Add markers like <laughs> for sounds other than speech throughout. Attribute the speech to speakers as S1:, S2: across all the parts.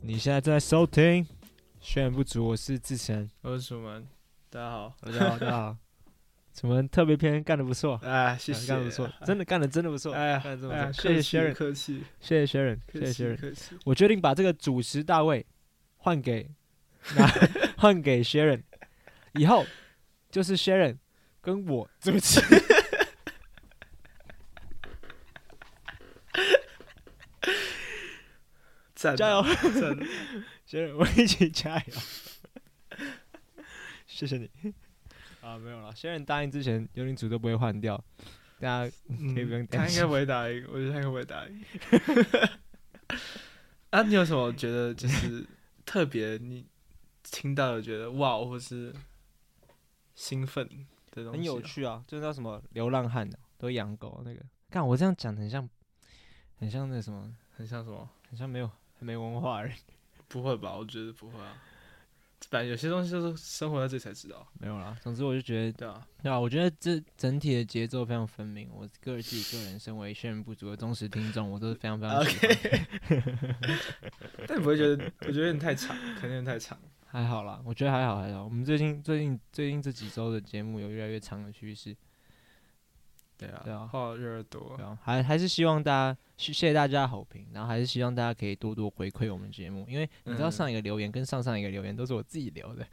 S1: 你现在正在收听《炫不足》，我是志成。
S2: 我是楚门，大家好。
S1: 大家好，大家 <laughs> 好。楚门特别篇干的不错，
S2: 哎，谢谢，
S1: 干的不错，真的干的真的不错，
S2: 哎呀，
S1: 干的真
S2: 哎
S1: 的
S2: 呀
S1: 不错。
S2: 客
S1: 谢
S2: 气
S1: 谢 Sharon，
S2: 客气，
S1: 谢谢 Sharon，
S2: 客
S1: 谢谢
S2: 气，
S1: Sharon。
S2: 客气。
S1: 我决定把这个主持大卫换给 <laughs> 拿换给 Sharon，以后就是 Sharon 跟我主持。
S2: 赞，
S1: 加油，
S2: 赞！
S1: Sharon，我们一起加油。 <laughs> 谢谢你。啊，没有了。Sharon 答应之前，幽灵组都不会换掉，大家
S2: 嗯
S1: 可以不用
S2: 他
S1: 担
S2: 应
S1: 心
S2: 该不会打赢，我觉得他应该不会打赢。啊，你有什么觉得就是特别你听到的觉得哇，或是兴奋的东西？
S1: 很有。趣啊，就叫什么流浪汉的、都养狗那个。看我这样讲，很像，很像那什么，
S2: 很像什么？
S1: 很像没有很没文化的人。
S2: 不会吧？我觉得不会啊。反正有些东西就是生活在这里才知道，
S1: 没有啦，总之我就觉得，
S2: 对啊，
S1: 对啊，我觉得这整体的节奏非常分明。我个人自己个人身为炫不足的忠实听众，我都是非常非常喜欢。
S2: 但你不会觉得？我觉得有点太长，可能有点太长。
S1: 还好啦，我觉得还好还好。我们最近最近最近这几周的节目有越来越长的趋势，
S2: 对啊，
S1: 对啊
S2: 话越来越多
S1: 对。啊，还还是希望大家谢谢谢大家的好评，然后还是希望大家可以多多回馈我们节目，因为你知道
S2: 嗯
S1: 上一个留言跟上上一个留言都是我自己留的。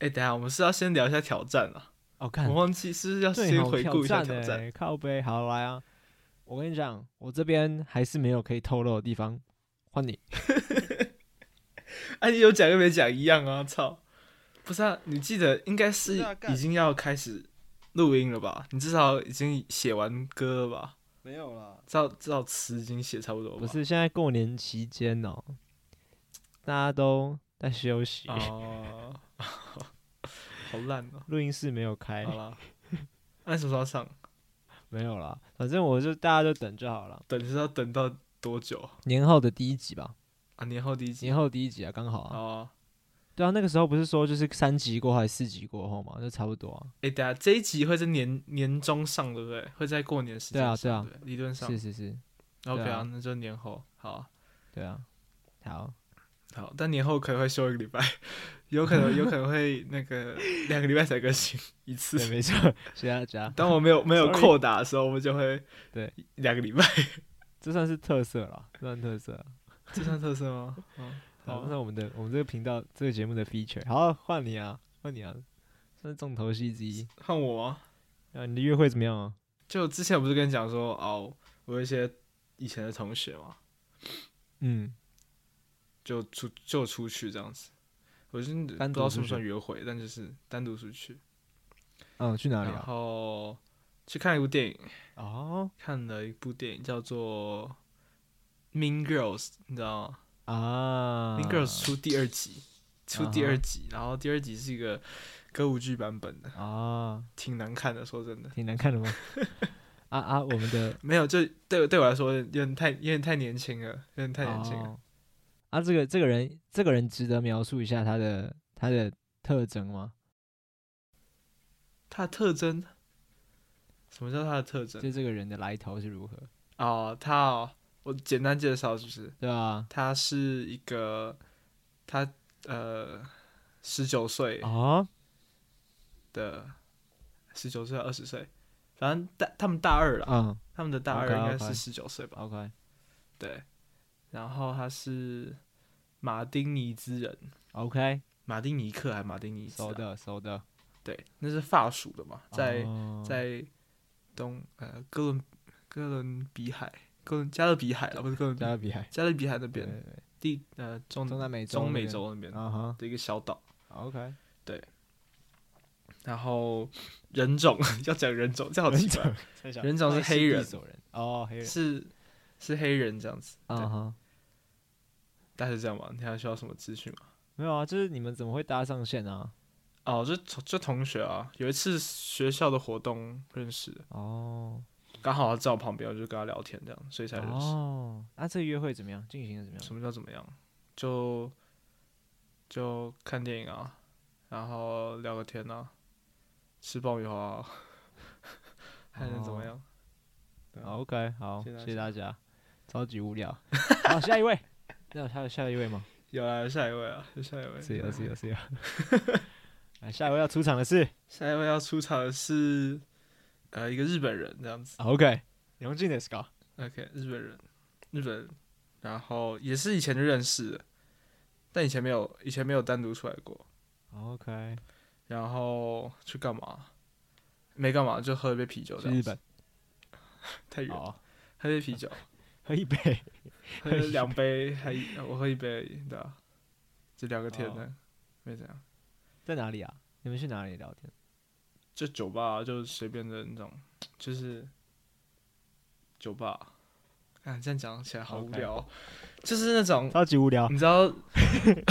S2: 哎、等一下，我们是要先聊一下挑战啊。
S1: 哦，看
S2: 我忘记是 <laughs> 不是要
S1: 对
S2: 先
S1: 吼
S2: 回顾一下挑
S1: 挑
S2: 战？
S1: 欸靠背，好来啊！我跟你讲，我这边还是没有可以透露的地方，换你。
S2: 哎、你有讲跟没讲一样啊！操，不是啊，你记得应该是
S1: 不是啊干
S2: 已经要开始录音了吧？你至少已经写完歌了吧？
S1: 没有啦，
S2: 至少至少词已经写差不多了吧？
S1: 不是现在过年期间哦，大家都在休息，
S2: 哦， <laughs> 好烂哦、
S1: 录、音室没有开
S2: 好，啦，那你什么时候上？
S1: 没有啦。反正我就大家就等就好了。
S2: 等是要等到多久
S1: 年后的第一集吧，
S2: 啊？年后第一集
S1: 年后第一集啊，刚好啊。
S2: 哦。
S1: 对啊，那个时候不是说就是三集过后还是四集过后嘛，就差不多啊。
S2: 哎、等一下这一集会在年年中上，对不对？会在过年时间
S1: 对啊
S2: 上
S1: 对啊
S2: 不理论上
S1: 是是是，
S2: OK
S1: 对
S2: 啊
S1: 啊，
S2: 那就年后好啊
S1: 对啊。好，
S2: 好，但年后可能会休一个礼拜， <laughs> 有可能有可能会那
S1: <laughs>
S2: 个两个礼拜才更新一次。
S1: 对，
S2: <laughs>
S1: 没错，谢谢大家。
S2: 当我没有没有
S1: Sorry
S2: 扩打的时候，我们就会
S1: 对
S2: 两个礼拜， <laughs>
S1: 这算是特色了，这算特色啦。
S2: 这算特色吗？嗯，
S1: <laughs> 好，
S2: 好
S1: 那，是我们的我们这个频道这个节目的 feature，好，换你啊，换你啊，算是重头戏之一。
S2: 换我啊。
S1: 啊，你的约会怎么样啊？
S2: 就之前我不是跟你讲说哦，我有一些以前的同学嘛，
S1: 嗯，
S2: 就出就出去这样子，我就不知
S1: 单独
S2: 道算
S1: 出
S2: 不
S1: 去
S2: 算约会，但就是单独出去，
S1: 嗯，去哪里
S2: 然
S1: 啊？
S2: 后去看一部电影，
S1: 哦
S2: 看了一部电影叫做《Mean Girls》，你知道吗？
S1: 啊
S2: Mean Girls 出第二集，出
S1: 啊哈
S2: 第二集，然后第二集是一个歌舞剧版本的，
S1: 啊，
S2: 挺难看的。说真的，
S1: 挺难看的吗？ <laughs> 啊啊，我们的
S2: 没有，就对对我来说有点太有点太年轻了，有点 <laughs> 太年轻了。
S1: 哦啊，这个这个人这个人值得描述一下他的他的特征吗？
S2: 它的特征，什么叫它的特征？
S1: 就这个人的来头是如何？
S2: 哦，它哦，我简单介绍就是，
S1: 对啊，
S2: 它是一个，它呃，十九岁
S1: 啊，
S2: 的，十九岁二十岁，反正大他们大二了，
S1: 嗯
S2: 他们的大二应该
S1: OK，OK
S2: 是十九岁吧。
S1: ，OK，
S2: 对，然后他是马丁尼兹人，
S1: OK，
S2: 马丁尼克还马丁尼兹、
S1: 熟
S2: 啊？
S1: 的熟的，
S2: 对，那是法属的嘛，在、
S1: 哦
S2: 在东呃哥伦哥伦比海，哥伦加勒比海了，不是哥伦比
S1: 加勒比海
S2: 加勒比海那
S1: 对
S2: 边
S1: 对对
S2: 地呃中
S1: 中南美洲
S2: 中
S1: 那
S2: 美
S1: 边
S2: 洲那边
S1: 啊哈
S2: 的一个小岛，
S1: ，OK，
S2: 然后人种 <laughs> 要讲人种，这好奇怪，人种是黑人
S1: 哦，黑人
S2: 是是黑人这样子，
S1: 啊
S2: 对
S1: 哈，
S2: 大概是这样吧？你还需要什么资讯吗？
S1: 没有啊，就是你们怎么会搭上线啊？
S2: 哦，就同就同学啊，有一次学校的活动认识的。
S1: 哦
S2: 刚好他在我旁边，我就跟他聊天，这样，所以才认识。
S1: 哦，那这个约会怎么样？进行的怎么样？
S2: 什么叫怎么样？就就看电影啊，然后聊个天啊，吃爆米花、啊， <laughs> 还能怎么样？
S1: 好，OK，好，
S2: 谢谢
S1: <laughs>
S2: 大
S1: 谢谢大家，超级无聊。好，下一位，那还有下一位吗？
S2: 有啦，有下一位啊，有下一位，
S1: 是有是有是有。 <laughs> 来，下一位要出场的是
S2: 下一位要出场的是呃一个日本人这样子
S1: OK，荣进的 s c o
S2: ，OK，日本人，日本人，然后也是以前就认识的，但以前没有以前没有单独出来过，
S1: OK，
S2: 然后去干嘛？没干嘛，就喝一杯啤酒这
S1: 去
S2: 样
S1: 日
S2: 子，
S1: 本
S2: <laughs> 太远，
S1: 哦，
S2: 喝一杯啤酒，
S1: 喝一杯。
S2: 喝
S1: <laughs>
S2: 两杯，还一我喝一杯而已，对啊，就聊个天呢，
S1: 哦
S2: 没怎样，
S1: 在哪里啊？你们去哪里聊天？
S2: 就酒吧就随便的那种，就是酒吧。啊，这样讲起来好无
S1: OK
S2: 聊、哦就是那种
S1: 超级无聊。
S2: 你知道，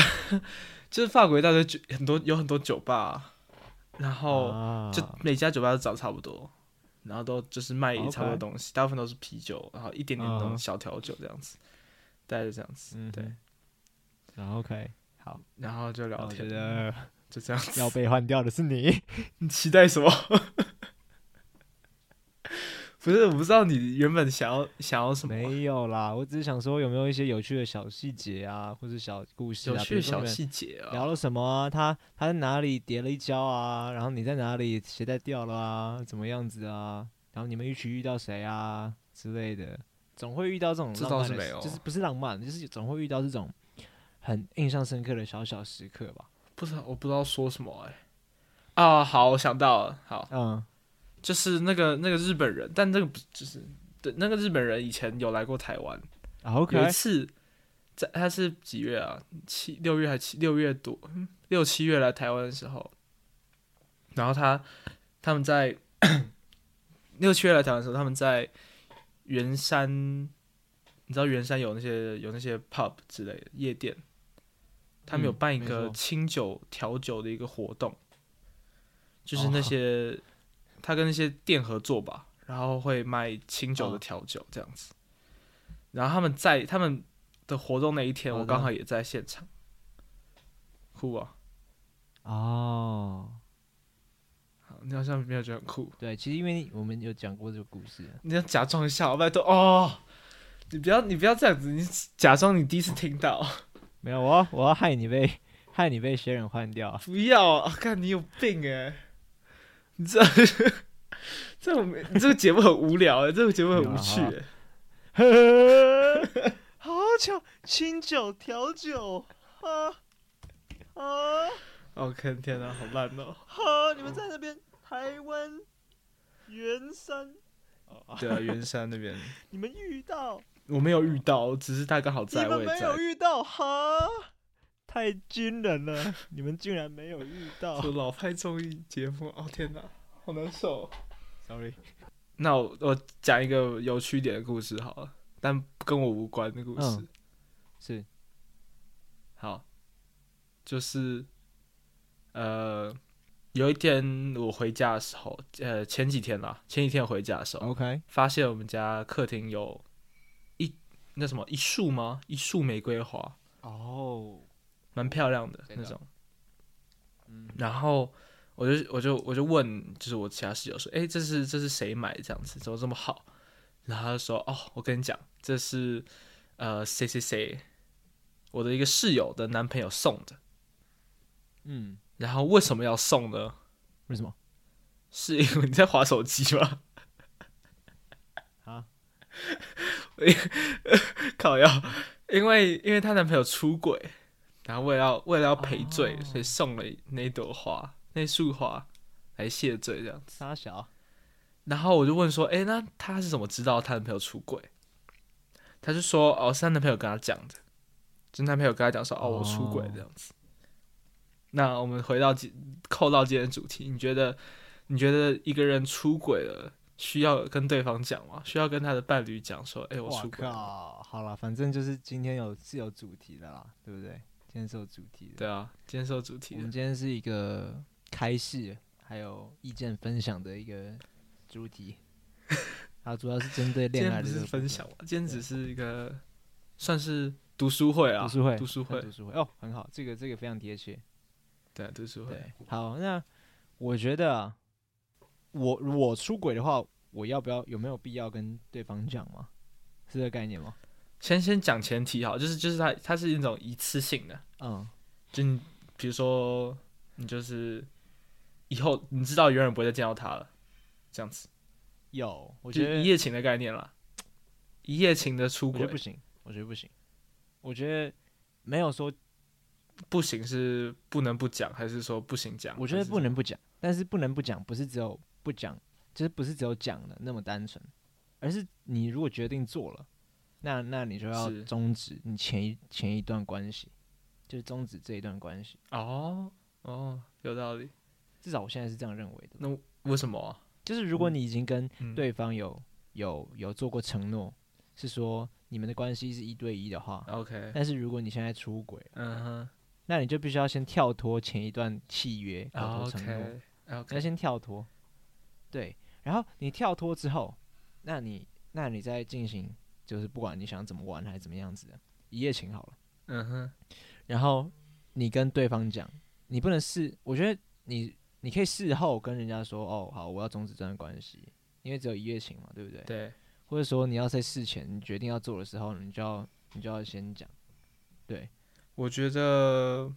S2: <laughs> 就是法国一大堆酒，很多有很多酒吧啊，然后
S1: 啊
S2: 就每家酒吧都长差不多，然后都就是卖
S1: 哦 OK
S2: 差不多东西，大部分都是啤酒，然后一点点
S1: 嗯
S2: 那种
S1: 哼
S2: 小调酒这样子，大概就这样子，
S1: 嗯
S2: 对
S1: 哼，然后 OK，好，
S2: 然后就
S1: 那
S2: 聊
S1: 我觉
S2: 天，
S1: 得
S2: 就这样子。
S1: <laughs> 要被换掉的是你。
S2: <laughs>
S1: <laughs>
S2: 你期待什么？ <laughs> 不是，我不知道你原本想要想要什么啊
S1: 没有啦，我只是想说有没有一些有趣的小细节啊，或者小故事啊，
S2: 有
S1: 比
S2: 趣
S1: 如
S2: 的
S1: 说
S2: 小
S1: 你们
S2: 细节啊，
S1: 聊了什么啊？他他在哪里跌了一跤啊？然后你在哪里鞋带掉了啊？怎么样子啊？然后你们一起遇到谁啊之类的，总会遇到这种
S2: 这
S1: 浪
S2: 倒
S1: 漫
S2: 是
S1: 的
S2: 没
S1: 事
S2: 有
S1: 就是不是浪漫，就是总会遇到这种很印象深刻的小小时刻吧。
S2: 不知道我不知道说什么哎、啊，好，我想到了，好，
S1: 嗯，
S2: 就是那个那个日本人，但那个不就是对那个日本人以前有来过台湾
S1: 啊 OK，
S2: 有一次，在他是几月啊？七六月还七六月多，嗯六七月来台湾的时候，然后他他们在 <clears throat> 六七月来台湾的时候，他们在圆山，你知道圆山有那些有那些 pub 之类的夜店，他们有
S1: 嗯
S2: 办一
S1: 没
S2: 个
S1: 错
S2: 清酒调酒的一个活动，就是
S1: 哦
S2: 那些、他跟那些店合作吧，然后会卖清酒的
S1: 哦
S2: 调酒这样子。然后他们在他们的活动那一天，
S1: 好的
S2: 我刚好也在现场。酷啊！
S1: 哦，
S2: 好你好像没有觉得很酷，
S1: 对，其实因为我们有讲过这个故事，
S2: 你要假装一下，我拜托哦！你不要你不要这样子，你假装你第一次听到， <laughs>
S1: 没有我要我要害你被 <laughs> 害你被学人换掉，
S2: 不要啊！看你有病哎、你这 <laughs> 这我们你这个节目很无聊哎、这个节目很无趣哎、啊 <laughs>
S1: 好巧，清酒调酒，啊啊
S2: 哦，看天哪，好烂哦！
S1: 啊！你们在那边台湾圆山，
S2: 对啊，圆山那边
S1: 你们遇到，
S2: 我没有遇到，只是他刚好在，我也在。
S1: 遇到，哈，太惊人了，你们竟然没有遇到 <laughs>
S2: 这老派综艺节目，哦天哪，好难受哦、
S1: ，sorry，
S2: 那我我讲一个有趣一点的故事好了，但跟我无关的故事。
S1: 嗯是
S2: 好，就是呃，有一天我回家的时候，呃，前几天啦，前几天我回家的时候，
S1: OK，
S2: 发现我们家客厅有一那什么一束吗？一束玫瑰花，
S1: 哦，
S2: 蛮漂亮的
S1: 真的
S2: 那种。
S1: 嗯
S2: 然后我就我就我就问，就是我其他室友说，哎、这是这是谁买的这样子，怎么这么好？然后他就说，哦，我跟你讲，这是呃谁谁谁，我的一个室友的男朋友送的。
S1: 嗯，
S2: 然后为什么要送呢？
S1: 为什么？
S2: 是因为你在划手机吗？ <laughs>
S1: 啊，
S2: 靠要，因为因为她男朋友出轨，然后为了要为了要赔罪，
S1: 哦
S2: 所以送了那朵花，那束花来谢罪这样。
S1: 沙小，
S2: 然后我就问说，哎、那她是怎么知道她男朋友出轨？她就说，哦，是她男朋友跟她讲的，就男朋友跟她讲说，哦，我出轨
S1: 哦
S2: 这样子。那我们回到今扣到今天的主题，你觉得你觉得一个人出轨了，需要跟对方讲吗？需要跟他的伴侣讲说，哎、我
S1: 哇
S2: 出轨了。
S1: 靠，好了，反正就是今天有是有主题的啦，对不对？今天是有主题的。
S2: 对啊，今天是有主题
S1: 我们
S2: 的，
S1: 今天是一个开示，还有意见分享的一个主
S2: <laughs>
S1: 题。它主要是针对
S2: 今
S1: 恋
S2: 天
S1: 爱
S2: 不
S1: 的这个
S2: 是
S1: 部
S2: 分
S1: 分
S2: 享嘛，今天只是一个算是读书会啊，
S1: 读书会，
S2: 读书
S1: 很
S2: 会，
S1: 读书会哦，很好，这个这个非常贴切。
S2: 对，读书会，
S1: 对，好，那我觉得啊，我我出轨的话，我要不要有没有必要跟对方讲吗？是这个概念吗？
S2: 先先讲前提好，就是就是它它是一种一次性的，
S1: 嗯，
S2: 就你比如说你就是以后你知道永远不会再见到他了，这样子，
S1: 有，我
S2: 我
S1: 觉得
S2: 一夜情的概念啦，一夜情的出
S1: 我觉
S2: 轨
S1: 得不行，我觉得不行，我觉得没有说，
S2: 不行是不能不讲，还是说不行讲？
S1: 我觉得
S2: 还是
S1: 不能不讲，但是不能不讲，不是只有不讲，就是不是只有讲的那么单纯，而是你如果决定做了，那那你就要
S2: 是
S1: 终止你前一前一段关系，就是终止这一段关系，
S2: 哦哦，有道理。
S1: 至少我现在是这样认为的。
S2: 那为什么啊、
S1: 就是如果
S2: 嗯
S1: 你已经跟
S2: 嗯，
S1: 对方有有有做过承诺，是说你们的关系是一对一的话，
S2: ，OK，
S1: 但是如果你现在出轨，
S2: 嗯哼
S1: 那你就必须要先跳脱前一段契约，跳脱承诺，
S2: 哦，OK
S1: 你要
S2: OK，
S1: 先跳脱。对，然后你跳脱之后，那你那你再进行，就是不管你想怎么玩还是怎么样子的，一夜情好了。
S2: 嗯哼，
S1: 然后你跟对方讲，你不能事，我觉得你你可以事后跟人家说，哦，好，我要终止这段关系，因为只有一夜情嘛，对不对？
S2: 对，
S1: 或者说你要在事前你决定要做的时候，你就要你就要先讲，对，
S2: 我觉得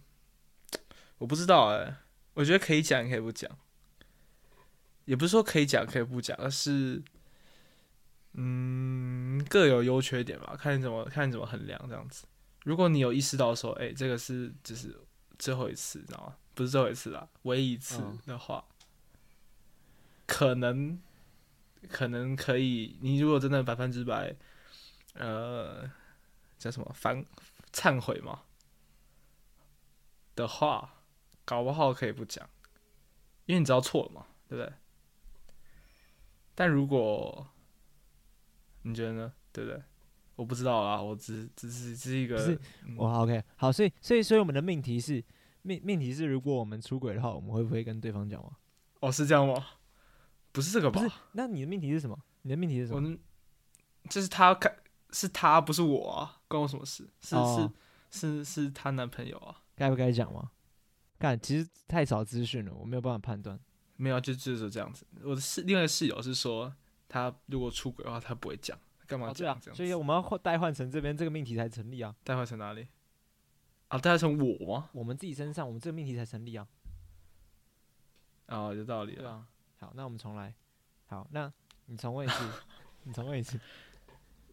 S2: 我不知道哎、我觉得可以讲，也可以不讲，也不是说可以讲可以不讲，而是嗯各有优缺点吧，看你怎么看你怎么衡量这样子。如果你有意识到说，哎、这个是只是最后一次，然后不是最后一次啦，唯一一次
S1: 嗯
S2: 的话，可能可能可以，你如果真的百分之百，呃，叫什么反忏悔嘛的话，搞不好可以不讲，因为你知道错了嘛，对不对？但如果你觉得呢？对不对？我不知道啊，我只只是只是一个
S1: 不是
S2: 嗯
S1: 我 OK，好，所以所以所以我们的命题是命命题是，如果我们出轨的话，我们会不会跟对方讲吗？
S2: 哦，是这样吗？不是这个
S1: 不
S2: 吧
S1: 是？，那你的命题是什么？你的命题是什
S2: 我
S1: 么？
S2: 们就是他看是他，不是我啊，关我什么事？是、
S1: 哦
S2: 是是是她男朋友啊？
S1: 该不该讲吗？干，其实太少资讯了，我没有办法判断。
S2: 没有啊，就就是这样子。我的室另外一个室友是说，他如果出轨的话，他不会讲，干嘛
S1: 哦，对
S2: 讲、
S1: 啊
S2: 这，样
S1: 所以
S2: 子？
S1: 我们要换代换成这边这个命题才成立啊，
S2: 带坏成哪里？啊，带坏成我吗？
S1: 我们自己身上，我们这个命题才成立啊。
S2: 啊，有道理
S1: 对
S2: 了。
S1: 啊，好，那我们重来。好，那你重问一
S2: <laughs>
S1: 次，你重问一次，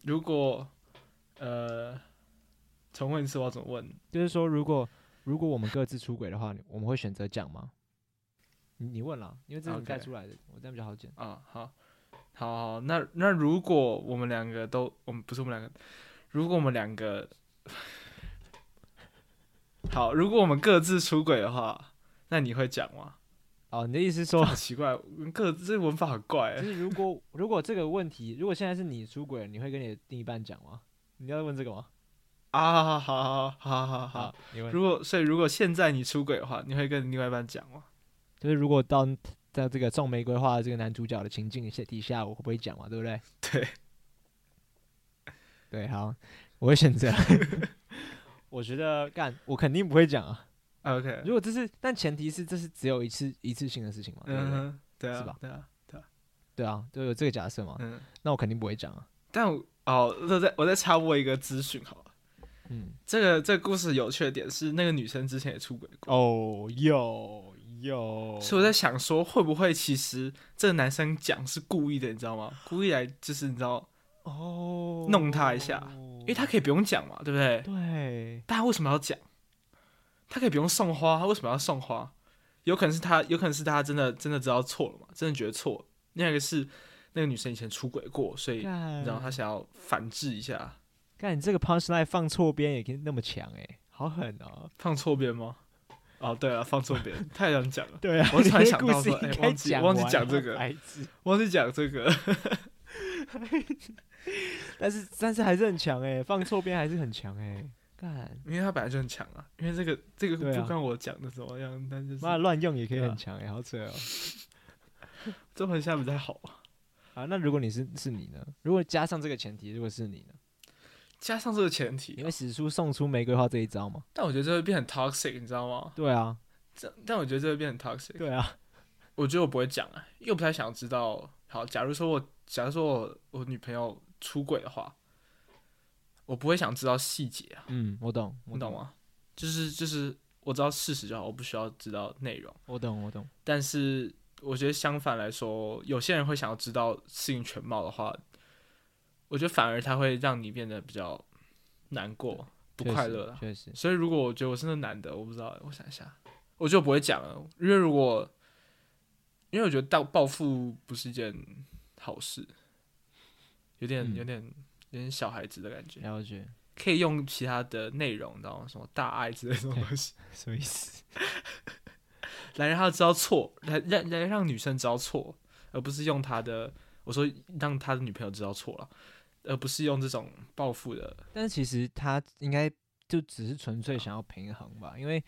S2: 如果呃，重问一次，我要怎么问？
S1: 就是说，如果如果我们各自出轨的话，你我们会选择讲吗？你你问了，因为这是你带
S2: OK
S1: 出来的，我这样比较好讲。
S2: 啊，好，好好，那那如果我们两个都，我们不是我们两个， <laughs> 如果我们两个，好，如果我们各自出轨的话，那你会讲吗？
S1: 哦，你的意思是
S2: 这
S1: 说，
S2: 好奇怪，各这文法很怪
S1: <laughs> 就是
S2: 欸，
S1: 如果如果这个问题，如果现在是你出轨了，你会跟你的另一半讲吗？你要问这个吗？
S2: 啊，好好好好好好。，
S1: 你问。
S2: 如果所以，如果现在你出轨的话，你会跟另外一半讲吗？
S1: 就是如果到在这个种玫瑰花的这个男主角的情境下底下，我会不会讲嘛？对不对？
S2: <laughs> 对，
S1: 对，好，我会选择。 <laughs> 我觉得干，我肯定不会讲啊。
S2: ，OK，
S1: 如果这是，但前提是这是只有一次一次性的事情嘛，对不
S2: 嗯
S1: 对？
S2: 哼，对
S1: 是
S2: 啊
S1: 吧，
S2: 对啊，对啊，
S1: 对啊，都有这个假设嘛，
S2: 嗯，
S1: 那我肯定不会讲啊。
S2: 但我哦，我再我再插播一个资讯好了。
S1: 嗯，
S2: 这个这个故事有趣的点是，那个女生之前也出轨过，
S1: 哦，有有
S2: 所以我在想说，会不会其实这个男生讲是故意的，你知道吗？故意来就是你知道，
S1: 哦
S2: 弄他一下，
S1: 因
S2: 因为他可以不用讲嘛，对不对？
S1: 对
S2: 但他为什么要讲？他可以不用送花，他为什么要送花？有可能是他，有可能是他真的真的知道错了嘛，真的觉得错了。另外一个是那个女生以前出轨过，所以
S1: 啊
S2: 你知道
S1: 干
S2: 他想要反制一下，
S1: 干，你这个 punch line 放错边也可以那么强哎、好狠哦。
S2: 放错边吗？哦，对了，放错 <laughs> 边，太想讲了。
S1: 对啊，
S2: 我突然
S1: <laughs> 你的
S2: 想
S1: 故
S2: 到
S1: 事
S2: 说哎
S1: 应该
S2: 忘记
S1: 讲
S2: 忘记
S1: 完
S2: 讲这
S1: 了
S2: 个
S1: 白痴
S2: 忘记讲这个，
S1: <laughs>
S2: <laughs>
S1: 但是但是还是很强哎、放错边还是很强哎、干
S2: 因为他本来就很强啊，因为这个这个
S1: 对啊
S2: 不关我讲的怎么样，但就是
S1: 妈的乱用也可以
S2: 对啊
S1: 很强哎、好 <laughs> 扯哦。
S2: 中文下比较好啊。
S1: 啊，那如果你是是你呢？如果加上这个前提，如果是你呢，
S2: 加上这个前
S1: 你
S2: 提，
S1: 会使出送出玫瑰花这一招吗？
S2: 但我觉得这会变很 toxic，你知道吗？
S1: 对啊，
S2: 这但我觉得这会变很 toxic。
S1: 对啊，
S2: 我觉得我不会讲啊，因为我不太想知道。好，假如说我，假如说我我女朋友出轨的话，我不会想知道细节啊，
S1: <laughs> 嗯，我懂，我
S2: 你懂
S1: 懂，
S2: 吗？就是就是我知道事实就好，我不需要知道内容。
S1: 我懂，我懂，
S2: 但是我觉得相反来说，有些人会想要知道事情全貌的话，我觉得反而它会让你变得比较难过、不
S1: 确
S2: 快
S1: 实
S2: 乐啦。
S1: 确实，
S2: 所以如果我觉得我是那男的，我不知道，我想一下，我就不会讲了，因为如果，因为我觉得到暴富不是一件好事，有点、
S1: 嗯
S2: 有点有点小孩子的感觉，
S1: 了解，
S2: 可以用其他的内容，你知道吗？什么大爱之类的这种东西，
S1: <laughs> 什么意思？
S2: 来让他知道错，来让来让女生知道错，而不是用他的，我说让他的女朋友知道错了，而不是用这种报复的，呃
S1: 但是其实他应该就只是纯粹想要平衡吧，因为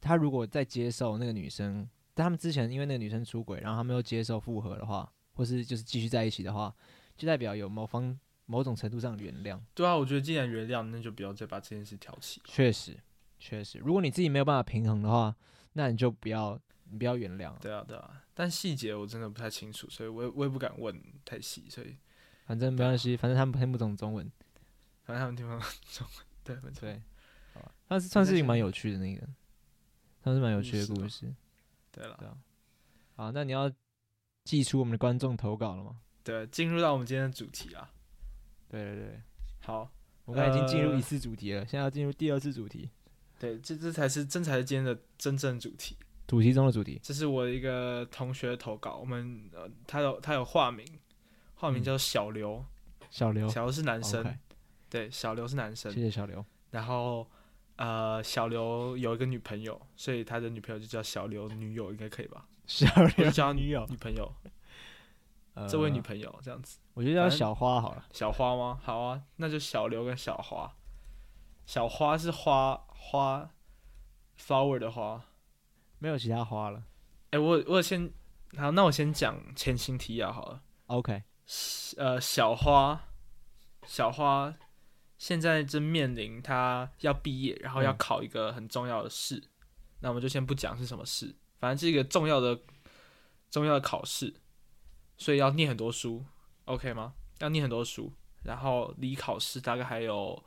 S1: 他如果再接受那个女生，但他们之前因为那个女生出轨，然后他们又接受复合的话，或是就是继续在一起的话，就代表有某方某种程度上的原谅。
S2: 对啊，我觉得既然原谅，那就不要再把这件事挑起。
S1: 确实，确实，如果你自己没有办法平衡的话，那你就不要你不要原谅啊，
S2: 对啊，对啊，但细节我真的不太清楚，所以我也我也不敢问太细，所以
S1: 反正没关系，反正他们听不懂中文，
S2: 反正他们听不懂中文。对，没错。
S1: 对，好吧，但是算是一个蛮有趣的那个，算是蛮有
S2: 嗯
S1: 趣的
S2: 是
S1: 故
S2: 吗
S1: 事。
S2: 对
S1: 对
S2: 了，
S1: 好，那你要寄出我们的观众投稿了吗？
S2: 对，进入到我们今天的主题啊。
S1: 对对对，
S2: 好，
S1: 我刚才已经进入
S2: 呃
S1: 一次主题了，现在要进入第二次主题，
S2: 对，这这才是这才是今天的真正主题。
S1: 主题中的主题。
S2: 这是我一个同学投稿，我们呃，他有他有化名，化名
S1: 嗯
S2: 叫小刘，
S1: 小刘，哦
S2: 小刘是男生
S1: OK，
S2: 对，小刘是男生
S1: 谢。谢小 <laughs> 刘。
S2: 然后呃，小刘有一个女朋友，所以他的女朋友就叫小刘女友，应该可
S1: <laughs>
S2: 以吧？
S1: 小
S2: 我就
S1: 刘，
S2: 叫他
S1: 女友，
S2: 女朋友，
S1: 呃
S2: 这位女，朋友这样子。
S1: 我觉得叫
S2: 反正
S1: 小花好了。
S2: 小花吗？好啊，那就小刘跟小花。小花是花花 flower 的花。
S1: 没有其他花了。
S2: 哎、我我先好，那我先讲前情提要好了。
S1: OK，
S2: 呃，小花，小花现在正面临她要毕业，然后要
S1: 嗯
S2: 考一个很重要的试。那我们就先不讲是什么事，反正是一个重要的重要的考试，所以要念很多书，OK 吗？要念很多书，然后离考试大概还有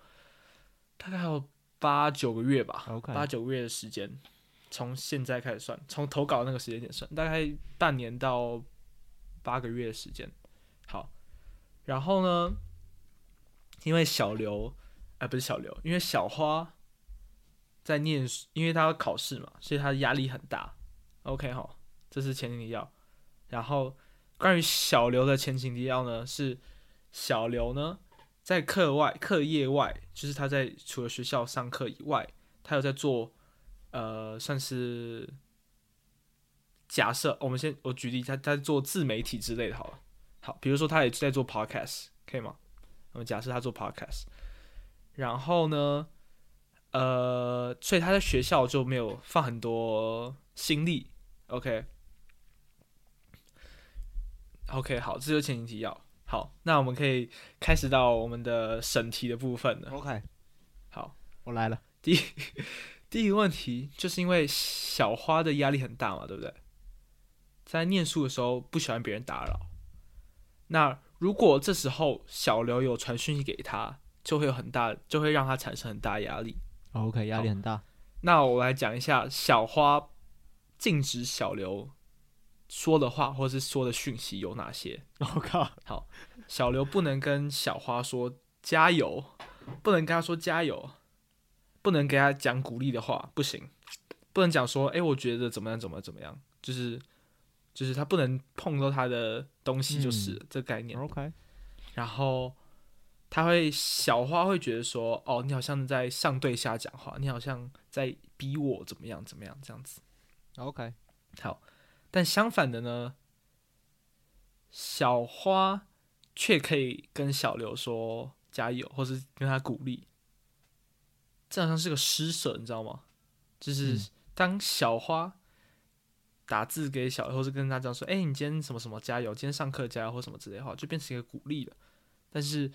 S2: 大概还有八九个月吧
S1: OK
S2: 八九个月的时间，从现在开始算，从投稿那个时间点算，大概半年到八个月的时间。好，然后呢，因为小刘，哎、不是小刘，因为小花在念书，因为她要考试嘛，所以她压力很大。OK 哈，这是前情提要。然后关于小刘的前情提要呢，是小刘呢在课外、课业外，就是他在除了学校上课以外，他有在做呃，算是假设，我们先我举例，他他做自媒体之类的，好了，好，比如说他也在做 podcast，可以吗？我们假设他做 podcast，然后呢，呃，所以他在学校就没有放很多心力，OK。OK，好，这就是前情提要。好，那我们可以开始到我们的审题的部分了。
S1: OK，
S2: 好，
S1: 我来了。
S2: 第一个问题就是因为小花的压力很大嘛，对不对？在念书的时候不喜欢别人打扰。那如果这时候小刘有传讯息给他，就会有很大，就会让他产生很大压力。
S1: OK，压力很大。
S2: 那我来讲一下小花禁止小刘说的话或是说的讯息有哪些。
S1: <laughs> 我靠，
S2: 小刘不能跟小花说加油，不能跟他说加油，不能给他讲鼓励的话，不行，不能讲说，哎、我觉得怎么样，怎么样怎么样，就是就是他不能碰到他的东西，就是、了这概念。
S1: OK，
S2: 然后他会小花会觉得说，哦，你好像在上对下讲话，你好像在逼我怎么样怎么样这样子。
S1: OK，
S2: 好，但相反的呢，小花却可以跟小刘说加油，或是跟他鼓励。这好像是个施舍，你知道吗？就是
S1: 嗯
S2: 当小花打字给小刘，或是跟他这样说：“哎、你今天什么什么加油，今天上课加油，或什么之类的话，就变成一个鼓励了。但是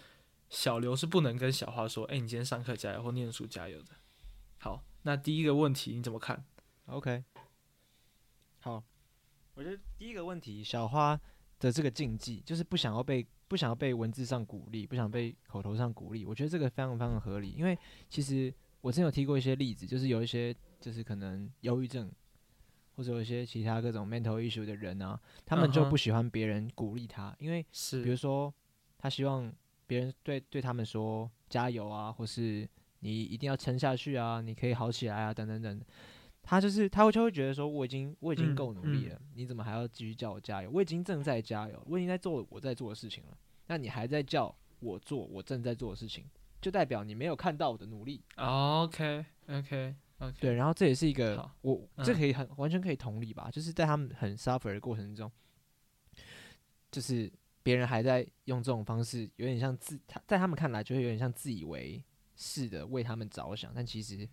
S2: 小刘是不能跟小花说：“哎、你今天上课加油，或念书加油的。”好，那第一个问题你怎么看？
S1: OK，好，我觉得第一个问题，小花的这个禁忌，就是不想要被不想要被文字上鼓励，不想被口头上鼓励。我觉得这个非常非常合理，因为其实我之前有提过一些例子，就是有一些就是可能忧郁症，或者有一些其他各种 mental issue 的人啊，他们就
S2: 嗯哼
S1: 不喜欢别人鼓励他，因为
S2: 是，
S1: 比如说他希望别人对对他们说加油啊，或是你一定要撑下去啊，你可以好起来啊，等等等。他就是他会就会觉得说我已经我已经
S2: 嗯
S1: 够努力
S2: 嗯
S1: 了，你怎么还要继续叫我加油？我已经正在加油，我已经在做我在做的事情了，那你还在叫我做我正在做的事情，就代表你没有看到我的努力。
S2: OK OK OK，
S1: 对，然后这也是一个
S2: 好
S1: 我这
S2: 嗯
S1: 可以很完全可以同理吧，就是在他们很 suffer 的过程中，就是别人还在用这种方式，有点像自他在他们看来就会有点像自以为是的为他们着想，但其实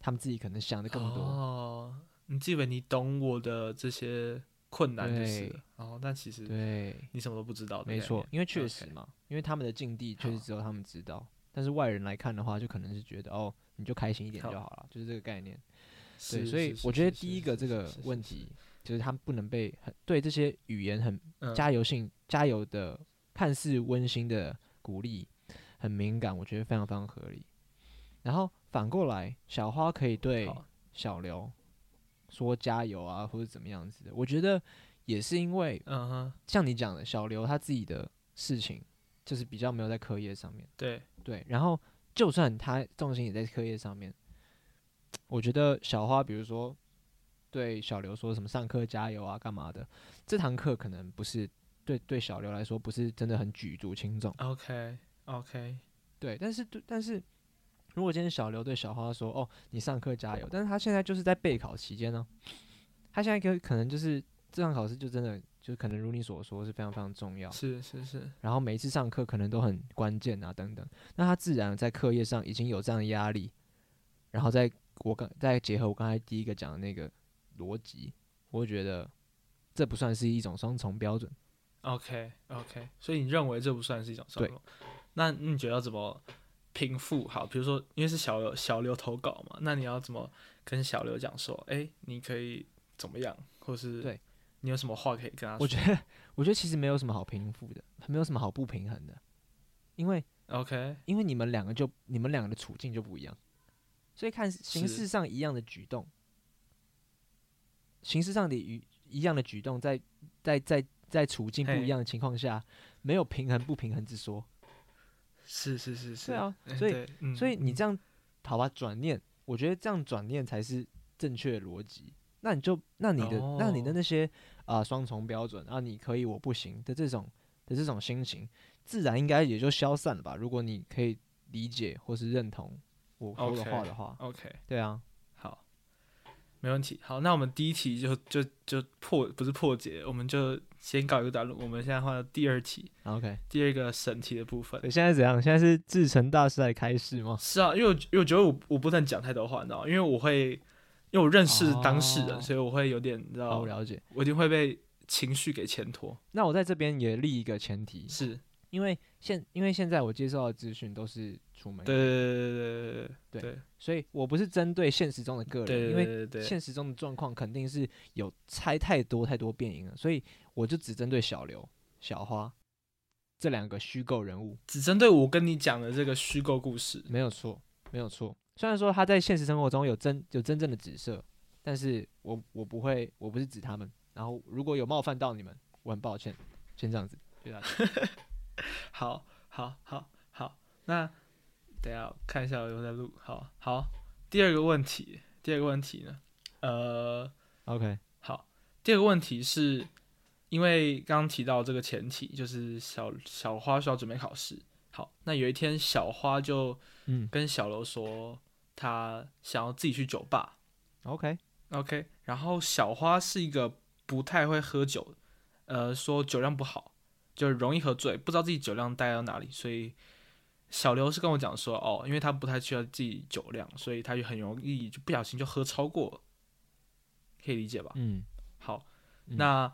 S1: 他们自己可能想的更多。
S2: 哦，你自以为你懂我的这些困难就是
S1: 对
S2: 了，然后但其实
S1: 对，
S2: 你什么都不知道的概
S1: 没
S2: 念。
S1: 错，因为确
S2: OK
S1: 实嘛因为他们的境地确实
S2: 好
S1: 只有他们知道，但是外人来看的话，就可能是觉得哦，你就开心一点就
S2: 好
S1: 好了，就是这个概念。
S2: 是，
S1: 对，所以
S2: 是
S1: 我
S2: 是
S1: 觉得
S2: 是
S1: 第一
S2: 是
S1: 个这
S2: 是是
S1: 个
S2: 是
S1: 问
S2: 是
S1: 题就是他们不能被很对这些语言很
S2: 嗯
S1: 加油性、加油的看似温馨的鼓励很敏感，我觉得非常非常合理。然后反过来，小花可以对
S2: 好啊
S1: 小刘说加油啊，或者怎么样子的，我觉得也是因为
S2: 嗯哼，
S1: 像你讲的，小刘他自己的事情就是比较没有在课业上面。
S2: 对，
S1: 对，然后就算他重心也在课业上面，我觉得小花，比如说对小刘说什么上课加油啊，干嘛的，这堂课可能不是对对小刘来说不是真的很举足轻重，
S2: OK OK，
S1: 对，但是对，但是如果今天小刘对小花说哦，你上课加油，但是他现在就是在备考期间呢、他现在可可能就是这场考试就真的就可能如你所说是非常非常重要，
S2: 是是是，
S1: 然后每一次上课可能都很关键啊，等等。那他自然在课业上已经有这样的压力，然后在我刚再结合我刚才第一个讲的那个逻辑，我会觉得这不算是一种双重标准。
S2: OK OK，所以你认为这不算是一种骚
S1: 对
S2: 扰？那你觉得要怎么平复？好，比如说因为是小刘小刘投稿嘛，那你要怎么跟小刘讲说，哎、你可以怎么样，或是
S1: 对
S2: 你有什么话可以跟他
S1: 我
S2: 说
S1: 觉得，我觉得其实没有什么好平复的，没有什么好不平衡的，因为
S2: ？OK，
S1: 因为你们两个就你们两个的处境就不一样，所以看形
S2: 是
S1: 式上一样的举动，形式上的一一样的举动，在在在在处境不
S2: 嘿
S1: 一样的情况下，没有平衡不平衡之说。
S2: 是是是是，
S1: 对啊
S2: 嗯，
S1: 所以
S2: 对嗯
S1: 所以你
S2: 嗯
S1: 这样好吧，转念，我觉得这样转念才是正确的逻辑。那你就那你的、那你的
S2: 哦
S1: 那些啊双、重标准啊，你可以我不行的这种的这种心情，自然应该也就消散了吧。如果你可以理解或是认同我说的话
S2: OK
S1: 的话
S2: OK
S1: 对啊，
S2: 好，没问题。好，那我们第一题就就就破不是破解，我们就先告一个段落。我们现在换到第二题，
S1: 啊 OK，
S2: 第二个审题的部分。
S1: 所以现在怎样？现在是志成大师来开始吗？
S2: 是啊，因为我因为我觉得我我不能讲太多话，你知道吗？因为我会，因为我认识当事人，
S1: 哦
S2: 所以我会有点，你知
S1: 好，
S2: 道
S1: 我，了解。
S2: 我一定会被情绪给牵拖。
S1: 那我在这边也立一个前提，
S2: 是，
S1: 因为现因为现在我接受到的资讯都是出门，
S2: 对，对对对对对
S1: 所以我不是针对现实中的个
S2: 对
S1: 人，因
S2: 对
S1: 为
S2: 对对对，
S1: 现实中的状况肯定是有猜太多太多变因了，所以我就只针对小刘、小花这两个虚构人物，
S2: 只针对我跟你讲的这个虚构故事。
S1: 没有错，没有错。虽然说他在现实生活中有真有真正的指涉，但是我我不会，我不是指他们。然后如果有冒犯到你们，我很抱歉，先这样子。对啊，
S2: <laughs> 好，好，好，好，那等一下我看一下我有没有在录。好，好，第二个问题，第二个问题呢，呃，
S1: OK，
S2: 好，第二个问题是，因为刚刚提到这个前提，就是小小花需要准备考试。好，那有一天小花就
S1: 嗯
S2: 跟小楼说，她想要自己去酒吧。
S1: ，OK，
S2: OK，然后小花是一个不太会喝酒，呃，说酒量不好，就容易喝醉，不知道自己酒量带到哪里，所以小刘是跟我讲说，哦，因为他不太需要自己酒量，所以他就很容易就不小心就喝超过了，可以理解吧？
S1: 嗯
S2: 好，
S1: 嗯
S2: 那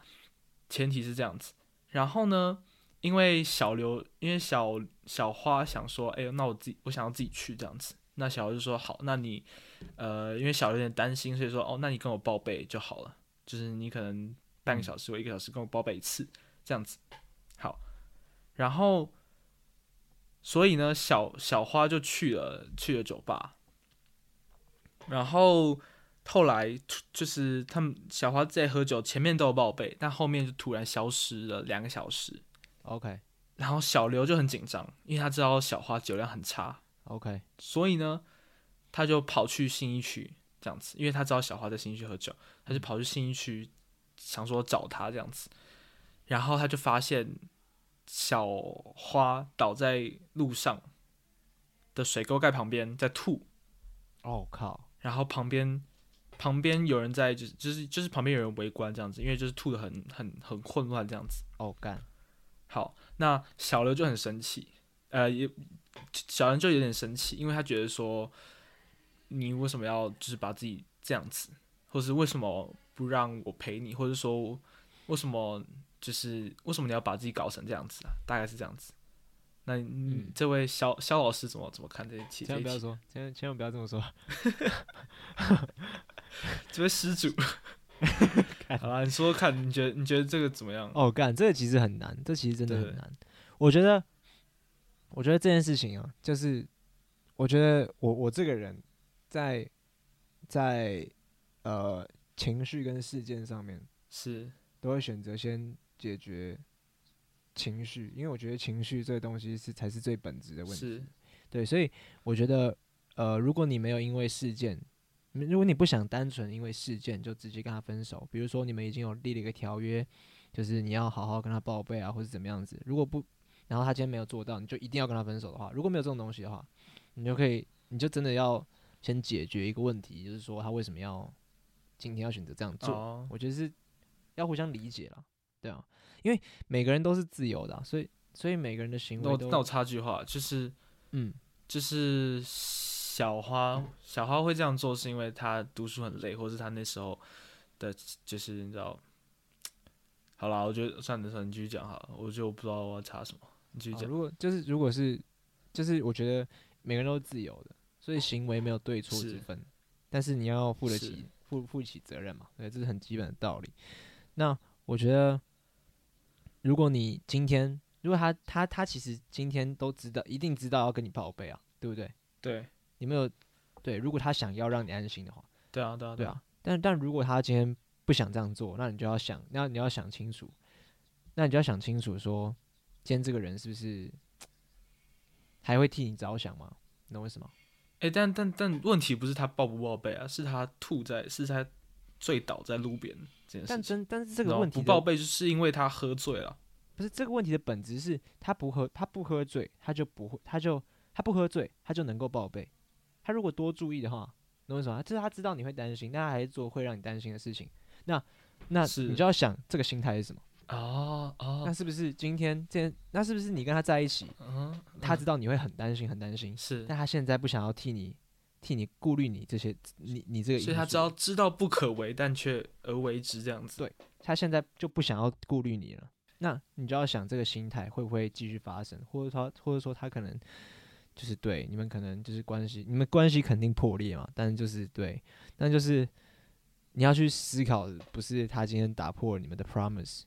S2: 前提是这样子。然后呢，因为小刘，因为小小花想说，哎、那我自己我想要自己去这样子。那小刘就说好，那你呃，因为小刘有点担心，所以说哦，那你跟我报备就好了，就是你可能半个小时或一个小时跟我报备一次，这样子。好，然后所以呢，小小花就去了去了酒吧，然后后来突就是他们小花在喝酒，前面都有报备，但后面就突然消失了两个小时。
S1: OK
S2: 然后小刘就很紧张，因为他知道小花酒量很差，
S1: OK，
S2: 所以呢，他就跑去信义区这样子，因为他知道小花在信义区喝酒，他就跑去信义区想说找他这样子，然后他就发现小花倒在路上的水沟盖旁边在吐，
S1: 哦靠，
S2: 然后旁边旁边有人在就是就是就是旁边有人围观这样子，因为就是吐的很很很混乱这样子。
S1: 哦干，
S2: 好，那小刘就很生气，呃，也小人就有点生气，因为他觉得说，你为什么要就是把自己这样子，或是为什么不让我陪你，或者说为什么就是为什么你要把自己搞成这样子啊？大概是这样子。那你、
S1: 嗯
S2: 这位肖肖老师怎么怎么看这一
S1: 千
S2: 期？这
S1: 万
S2: 一
S1: 不要
S2: 期
S1: 说，千万千万不要这么说。
S2: 这位
S1: <laughs>
S2: 施主，好啦，你说说看，你觉得你觉得这个怎么样？
S1: 哦，干，这个其实很难，这其实真的
S2: 对
S1: 很难。我觉得，我觉得这件事情啊，就是我觉得我我这个人在在呃情绪跟事件上面，
S2: 是
S1: 都会选择先解决情绪，因为我觉得情绪这个东西是才是最本质的问题。
S2: 是，
S1: 对，所以我觉得，呃，如果你没有因为事件，嗯如果你不想单纯因为事件就直接跟他分手，比如说你们已经有立了一个条约，就是你要好好跟他报备啊，或是怎么样子。如果不，然后他今天没有做到，你就一定要跟他分手的话，如果没有这种东西的话，你就可以，你就真的要先解决一个问题，就是说他为什么要今天要选择这样做。
S2: 哦，
S1: 我觉得是要互相理解了，对啊，因为每个人都是自由的啊、所以所以每个人的行
S2: 那
S1: 为
S2: 我
S1: 都
S2: 那我插句话，就是
S1: 嗯
S2: 就是小花，小花会这样做是因为她读书很累，或是她那时候的，就是你知道，好啦，我觉得算了算了，你继续讲好了，我就不知道我要查什么，你继续
S1: 啊
S2: 讲。
S1: 如果就是如果是就是我觉得每个人都是自由的，所以行为没有对错
S2: 是
S1: 之分，但是你要负得
S2: 是
S1: 起负负起责任嘛，对，这是很基本的道理。那我觉得，如果你今天如果他他他其实今天都知道，一定知道要跟你报备啊，对不对？
S2: 对
S1: 你没有对，如果他想要让你安心的话，
S2: 对啊对啊
S1: 对，啊，但但如果他今天不想这样做，那你就要想，那你要想清楚，那你就要想清楚说，今天这个人是不是还会替你着想吗？你懂我意思吗？
S2: 哎、但但但问题不是她报不报备啊，是她吐在，是她醉倒在路边这件
S1: 但
S2: 事情。
S1: 真但是这
S2: 这
S1: 个问题
S2: 不
S1: 的
S2: 报备，就是因为她喝醉了。
S1: 不是这个问题的本质是他不喝他不喝醉，他就不会他就他不喝醉，他就能够报备。他如果多注意的话，你懂我意思吗？就是他知道你会担心，但他还是做会让你担心的事情。那那
S2: 是
S1: 你就要想这个心态是什么？
S2: 哦
S1: 那
S2: 哦，
S1: 是不是今天这件？那是不是你跟他在一起，
S2: 嗯，
S1: 他
S2: 嗯
S1: 知道你会很担心，很担心，
S2: 是，
S1: 但他现在不想要替你替你顾虑你这些你你这个因素，
S2: 所以她知道知道不可为，但却而为之这样子。
S1: 对他现在就不想要顾虑你了。那你就要想这个心态会不会继续发生，或者他或者说他可能就是对你们可能就是关系，你们关系肯定破裂嘛，但就是对，但就是你要去思考，不是他今天打破了你们的 promise。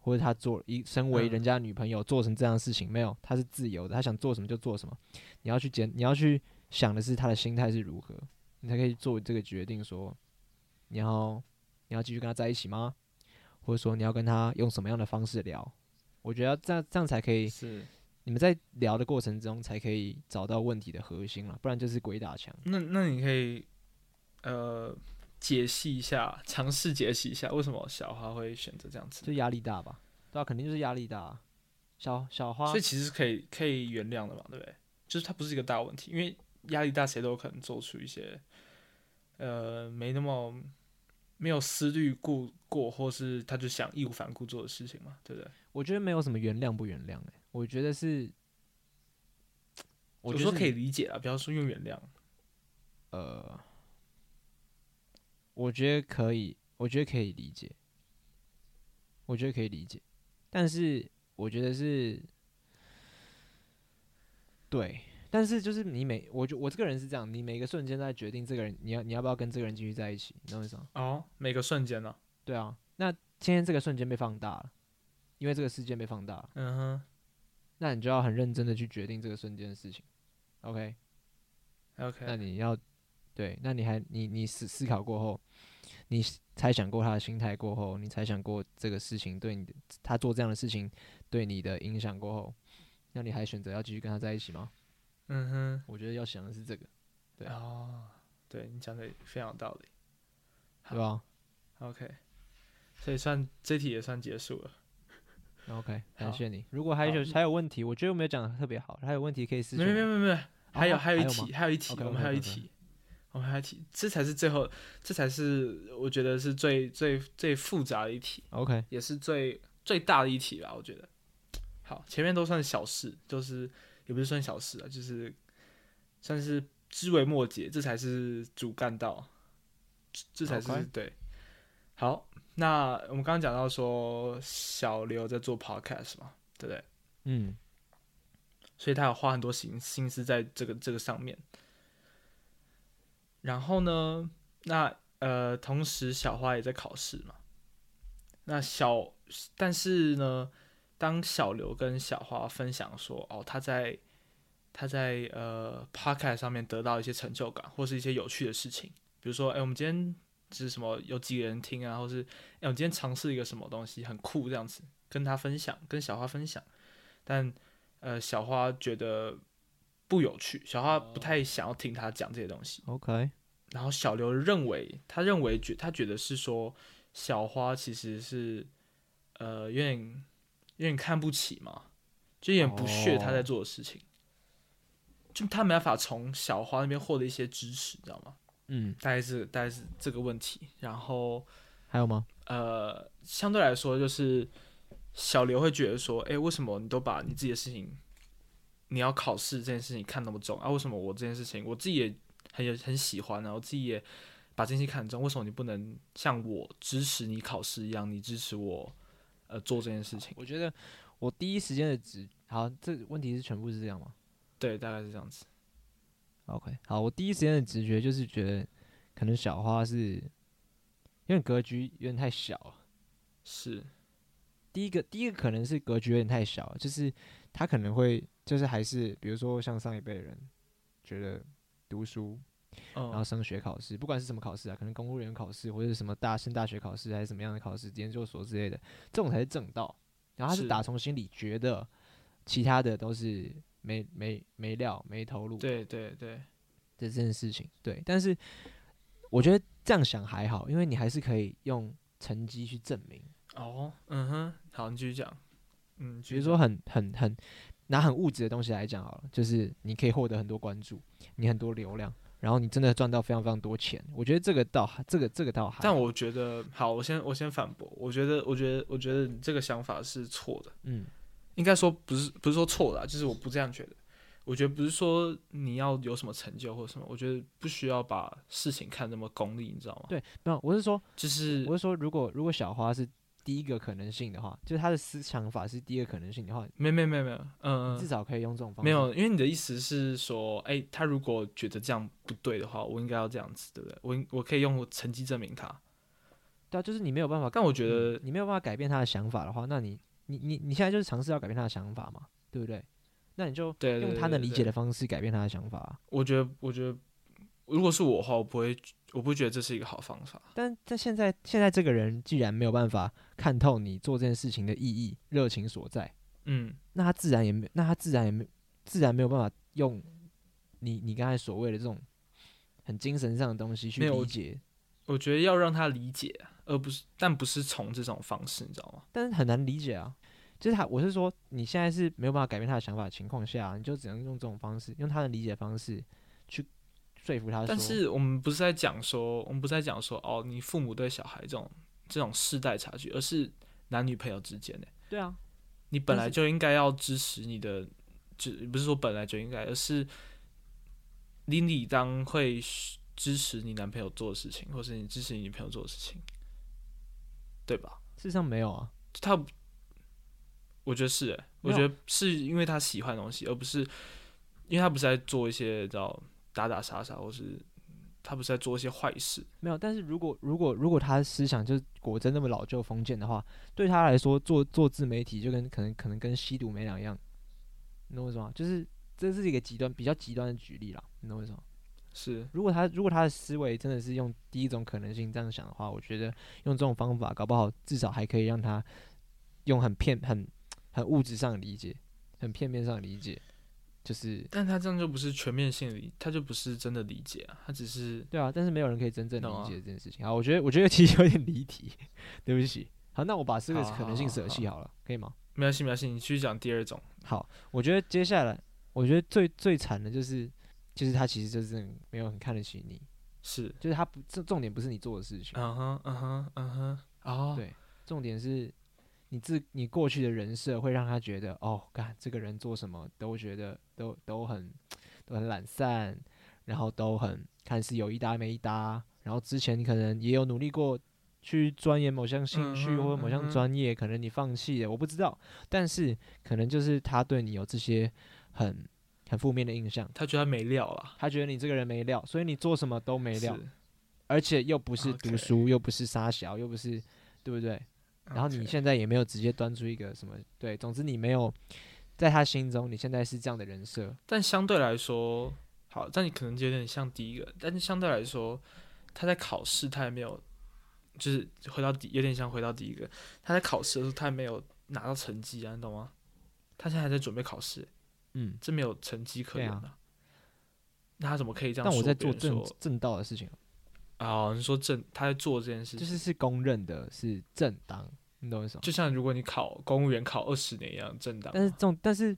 S1: 或者他做一身为
S2: 嗯
S1: 人家女朋友做成这样的事情，没有，他是自由的，他想做什么就做什么。你要去检，你要去想的是他的心态是如何，你才可以做这个决定说，你要你要继续跟他在一起吗？或者说你要跟他用什么样的方式聊？我觉得要这样这样才可以，
S2: 是。
S1: 你们在聊的过程中才可以找到问题的核心了，不然就是鬼打墙。
S2: 那那你可以呃解析一下，尝试解析一下为什么小花会选择这样子。
S1: 就压力大吧，对啊，肯定就是压力大啊、小小花
S2: 所以其实可以可以原谅的嘛，对不对？就是它不是一个大问题，因为压力大，谁都有可能做出一些呃没那么没有思虑过过，或是他就想义无反顾做的事情嘛，对不对？
S1: 我觉得没有什么原谅不原谅、欸，我觉得是，我
S2: 我
S1: 觉
S2: 说
S1: 得
S2: 可以
S1: 是哦
S2: 理解啦，不要说用原谅。
S1: 呃，我觉得可以，我觉得可以理解，我觉得可以理解，但是我觉得是，对，但是就是你每，我就我这个人是这样，你每个瞬间在决定这个人，你要你要不要跟这个人继续在一起，你懂我意思吗？
S2: 哦，每个瞬间呢、
S1: 对啊，那今天这个瞬间被放大了，因为这个事件被放大，
S2: 嗯哼，
S1: 那你就要很认真的去决定这个瞬间的事情。OK，那
S2: OK，
S1: 你要对，那你还你你思思考过后，你是猜想过他的心态过后，你猜想过这个事情对你的他做这样的事情对你的影响过后，那你还选择要继续跟他在一起吗？
S2: 嗯
S1: 我觉得要想的是这个，对
S2: 哼，
S1: 啊
S2: 哦，对你讲的非常有道理。
S1: 对吧
S2: OK，所以算这题也算结束了。
S1: 那？OK，感
S2: 好
S1: 谢你。如果还有还有问题，我觉得我没有讲的特别好，还有问题可以私
S2: 没
S1: 信
S2: 有没有
S1: 我。
S2: 没有没有，还有
S1: 哦
S2: 还有
S1: 还有
S2: 一题，
S1: 吗
S2: 还有一题，
S1: OK，OK，OK，
S2: 我们还有一
S1: OK
S2: 题，我们还有一题，这才是最后，这才是我觉得是最最最复杂的一题，
S1: OK，
S2: 也是最最大的一题吧，我觉得。好，前面都算小事，就是也不是算小事啊，就是算是枝微末节，这才是主干道，这这才是
S1: OK
S2: 对。好，那我们刚刚讲到说小刘在做 podcast 嘛，对不对？
S1: 嗯，
S2: 所以他有花很多心心思在这个这个上面。然后呢，那呃，同时小花也在考试嘛。那小，但是呢，当小刘跟小花分享说，哦，他在他在呃 podcast 上面得到一些成就感，或是一些有趣的事情，比如说，哎，我们今天就是什么有几个人听啊，或是哎，我今天尝试一个什么东西很酷这样子，跟他分享，跟小花分享，但呃，小花觉得不有趣，小花不太想要听他讲这些东西。
S1: OK，
S2: 然后小刘认为，他认为觉他觉得是说，小花其实是呃有点有点看不起嘛，就有点不屑他在做的事情，就他没办法从小花那边获得一些支持，你知道吗？
S1: 嗯，
S2: 大概是大概是这个问题。然后
S1: 还有吗？
S2: 呃，相对来说，就是小刘会觉得说，哎、为什么你都把你自己的事情，你要考试这件事情看那么重啊？为什么我这件事情我自己也很有很喜欢啊，我自己也把这件事情看很重，为什么你不能像我支持你考试一样，你支持我呃做这件事情？
S1: 我觉得我第一时间的直，好，这问题是全部是这样吗？
S2: 对，大概是这样子。
S1: OK，好，我第一时间的直觉就是觉得，可能小花是有点格局有点太小了。
S2: 是，
S1: 第一个，第一个可能是格局有点太小了，就是他可能会就是还是比如说像上一辈的人，觉得读书，然后
S2: 嗯，
S1: 升学考试，不管是什么考试啊，可能公务员考试或者是什么大升大学考试还是什么样的考试，研究所之类的，这种才是正道。然后他
S2: 是
S1: 是打从心里觉得，其他的都是没没没料没投入，
S2: 对对对，
S1: 这件事情。对，但是我觉得这样想还好，因为你还是可以用成绩去证明。
S2: 哦，嗯哼，好，你继续讲，嗯，
S1: 比如说很很很拿很物质的东西来讲好了，就是你可以获得很多关注，你很多流量，然后你真的赚到非常非常多钱。我觉得这个倒还这个这个倒还好，
S2: 但我觉得，好，我先我先反驳。我觉得，我觉得，我觉得你这个想法是错的。
S1: 嗯
S2: 应该说不是，不是说错的啊、就是我不这样觉得。我觉得不是说你要有什么成就或什么，我觉得不需要把事情看那么功利，你知道吗？
S1: 对，没有，我是说
S2: 就是
S1: 我是说如果如果小花是第一个可能性的话，就是她的思想法是第一个可能性的话，
S2: 没没没没有，嗯，
S1: 至
S2: 嗯
S1: 少可以用这种方式。
S2: 没有，因为你的意思是说，哎、他如果觉得这样不对的话，我应该要这样子，对不对？我应我可以用我成绩证明他，
S1: 对啊，就是你没有办法
S2: 但我觉
S1: 嗯
S2: 得
S1: 你没有办法改变他的想法的话，那你你你你现在就是尝试要改变他的想法嘛，对不对？那你就
S2: 对对
S1: 用
S2: 对
S1: 他能
S2: 对
S1: 理
S2: 对
S1: 解的方式改变他的想法啊、
S2: 我觉得，我觉得如果是我的话，我不会，我不会觉得这是一个好方法。
S1: 但但现在现在这个人既然没有办法看透你做这件事情的意义、热情所在，
S2: 嗯，
S1: 那他自然也没，那他自然也没，自然没有办法用你你刚才所谓的这种很精神上的东西去
S2: 没有我
S1: 理解，
S2: 我觉得要让他理解，而不是，但不是从这种方式，你知道吗？
S1: 但是很难理解啊。就是他，我是说，你现在是没有办法改变他的想法的情况下，你就只能用这种方式，用他的理解方式去说服他说。
S2: 但是我们不是在讲说，我们不是在讲说，哦，你父母对小孩这种这种世代差距，而是男女朋友之间的，欸
S1: 对啊，
S2: 你本来
S1: 但是
S2: 就应该要支持你的，就不是说本来就应该，而是你理当会支持你男朋友做的事情，或是你支持你女朋友做的事情，对吧？
S1: 事实上没有啊，
S2: 他，我觉得是、欸，
S1: 没
S2: 我
S1: 有
S2: 觉得是因为他喜欢的东西，而不是因为他不是在做一些你知道打打杀杀，或是他不是在做一些坏事。
S1: 没有，但是如果如果如果他思想就是果真那么老旧封建的话，对他来说做做自媒体就跟可能可能跟吸毒没两样，你懂我意思吗？就是这是一个极端比较极端的举例啦，你懂我意思吗？
S2: 是，
S1: 如果他如果他的思维真的是用第一种可能性这样想的话，我觉得用这种方法，搞不好至少还可以让他用很片很很物质上的理解，很片面上的理解，就是
S2: 但他这样就不是全面性理，他就不是真的理解啊，他只是
S1: 对啊，但是没有人可以真正
S2: 懂
S1: 理
S2: 啊
S1: 解这件事情。好，我觉得我觉得其实有点离题，对不起。好，那我把这个
S2: 好
S1: 可能性
S2: 好
S1: 舍
S2: 好
S1: 弃好了，可以吗？
S2: 没关系没关系，你继续讲第二种。
S1: 好，我觉得接下来，我觉得最最惨的就是，就是他其实就是没有很看得起你，
S2: 是，
S1: 就是他不重重点不是你做的事情，
S2: 嗯哼嗯哼嗯哼，哦，
S1: 对重点是你自你过去的人设会让他觉得，哦，干这个人做什么都觉得都都很都很懒散，然后都很看似有一搭没一搭，然后之前你可能也有努力过去钻研某项兴趣
S2: 嗯哼
S1: 或者某
S2: 嗯
S1: 项
S2: 哼
S1: 专业，可能你放弃了，我不知道，但是可能就是他对你有这些很很负面的印象。
S2: 他觉得他没料啦，
S1: 他觉得你这个人没料，所以你做什么都没料
S2: 是，，
S1: 而且又不是
S2: OK
S1: 读书，又不是杀小，又不是，对不对？然后你
S2: OK
S1: 现在也没有直接端出一个什么，对，总之你没有在他心中，你现在是这样的人设，
S2: 但相对来说，好，但你可能有点像第一个，但是相对来说，他在考试他也没有，就是回到第，有点像回到第一个，他在考试的时候他也没有拿到成绩啊，你懂吗？他现在还在准备考试，
S1: 嗯。
S2: 这没有成绩可言
S1: 对啊
S2: 的、那他怎么可以这样
S1: 但
S2: 说
S1: 我在
S2: 别
S1: 做
S2: 人说？
S1: 正正道的事情，
S2: 啊、你说正他在做这件事情，
S1: 就是是公认的，是正当，你懂我意思吗？
S2: 就像如果你考公务员考二十年一样正当啊。
S1: 但是重，但是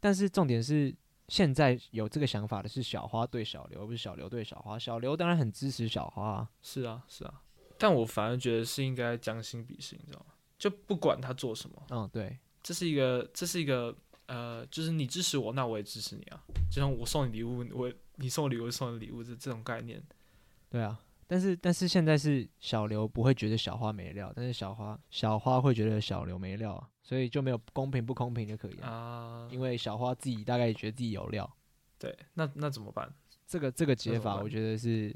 S1: 但是重点是，现在有这个想法的是小花对小刘，而不是小刘对小花。小刘当然很支持小花、啊，
S2: 是啊，是啊，但我反而觉得是应该将心比心，你知道吗？就不管他做什么，
S1: 嗯，对，
S2: 这是一个，这是一个，呃，就是你支持我，那我也支持你啊。就像我送你礼物，我你送我礼物，我送你礼物，这这种概念。
S1: 对啊，但是但是现在是小刘不会觉得小花没料，但是小花小花会觉得小刘没料啊，所以就没有公平不公平就可以了，
S2: 啊，
S1: 因为小花自己大概也觉得自己有料。
S2: 对，那那怎么办？
S1: 这个这个解
S2: 怎么
S1: 法，
S2: 办
S1: 我觉得是，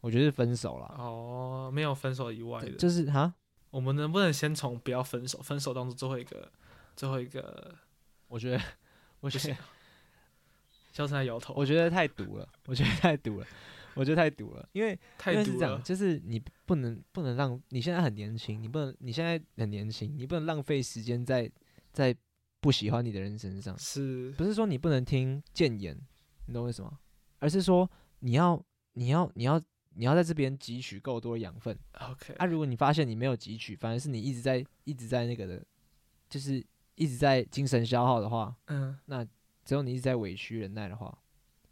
S1: 我觉得是分手啦，
S2: 哦，没有分手以外
S1: 对
S2: 的，
S1: 就是哈，
S2: 我们能不能先从不要分手，分手当做最后一个，最后一个？
S1: 我觉得我
S2: 不
S1: 觉
S2: 行
S1: 得
S2: 啊，肖晨在摇头，
S1: 我觉得太毒了，我觉得太毒了，我觉得太毒了，因为因
S2: 太
S1: 为是
S2: 毒
S1: 这样，
S2: 了。
S1: 就是你不能不能让你现在很年轻，你不能你现在很年轻，你不能浪费时间在在不喜欢你的人身上。
S2: 是
S1: 不是说你不能听谏言，你懂我意思吗？而是说你要你要你要你要在这边汲取够多的养分。
S2: OK，
S1: 啊，如果你发现你没有汲取，反而是你一直在一直在那个的，就是一直在精神消耗的话，
S2: 嗯，
S1: 只有你一直在委屈忍耐的话，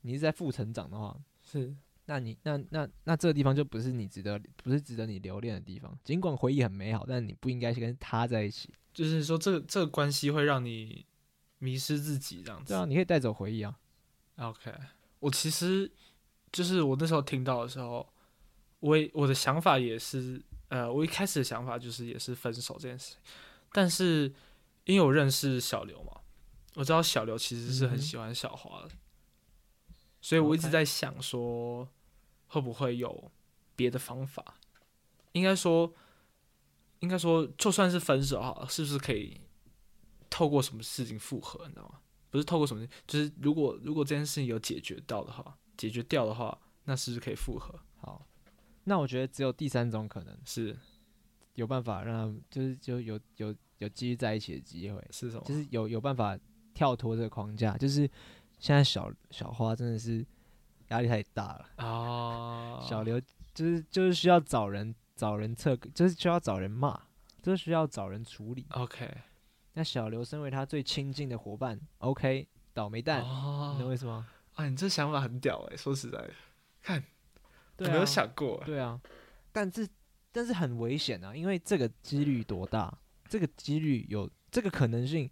S1: 你一直在负成长的话，
S2: 是
S1: 那你那那那这个地方就不是你值得不是值得你留恋的地方。尽管回忆很美好，但你不应该跟他在一起。
S2: 就是说这个这个关系会让你迷失自己这样子。
S1: 对啊，你可以带走回忆啊。
S2: OK，我其实就是我那时候听到的时候，我也我的想法也是，呃，我一开始的想法就是也是分手这件事情，但是因为我认识小刘嘛，我知道小刘其实是
S1: 嗯
S2: 很
S1: 哼
S2: 喜欢小花的，所以我一直
S1: OK
S2: 在想说会不会有别的方法，应该说，应该说就算是分手哈，是不是可以透过什么事情复合，你知道吗？不是透过什么，就是如果如果这件事情有解决到的话，解决掉的话，那是不是可以复合？
S1: 好，那我觉得只有第三种可能。
S2: 是
S1: 有办法让他们就是就有有有继续在一起的机会，
S2: 是什么？
S1: 就是有有办法跳脱这个框架。就是现在小小花真的是压力太大了，
S2: 啊，
S1: 小刘就是就是需要找人找人测，就是需要找人骂，就是需要找人处理。
S2: OK，
S1: 那小刘身为他最亲近的伙伴，OK，倒霉蛋，你懂
S2: 哦，
S1: 我意思吗？
S2: 啊，你这想法很屌哎、说实在的，我
S1: 对
S2: 没有
S1: 啊
S2: 想过、欸
S1: 对啊，但是但是很危险啊，因为这个几率多大？这个几率有这个可能性，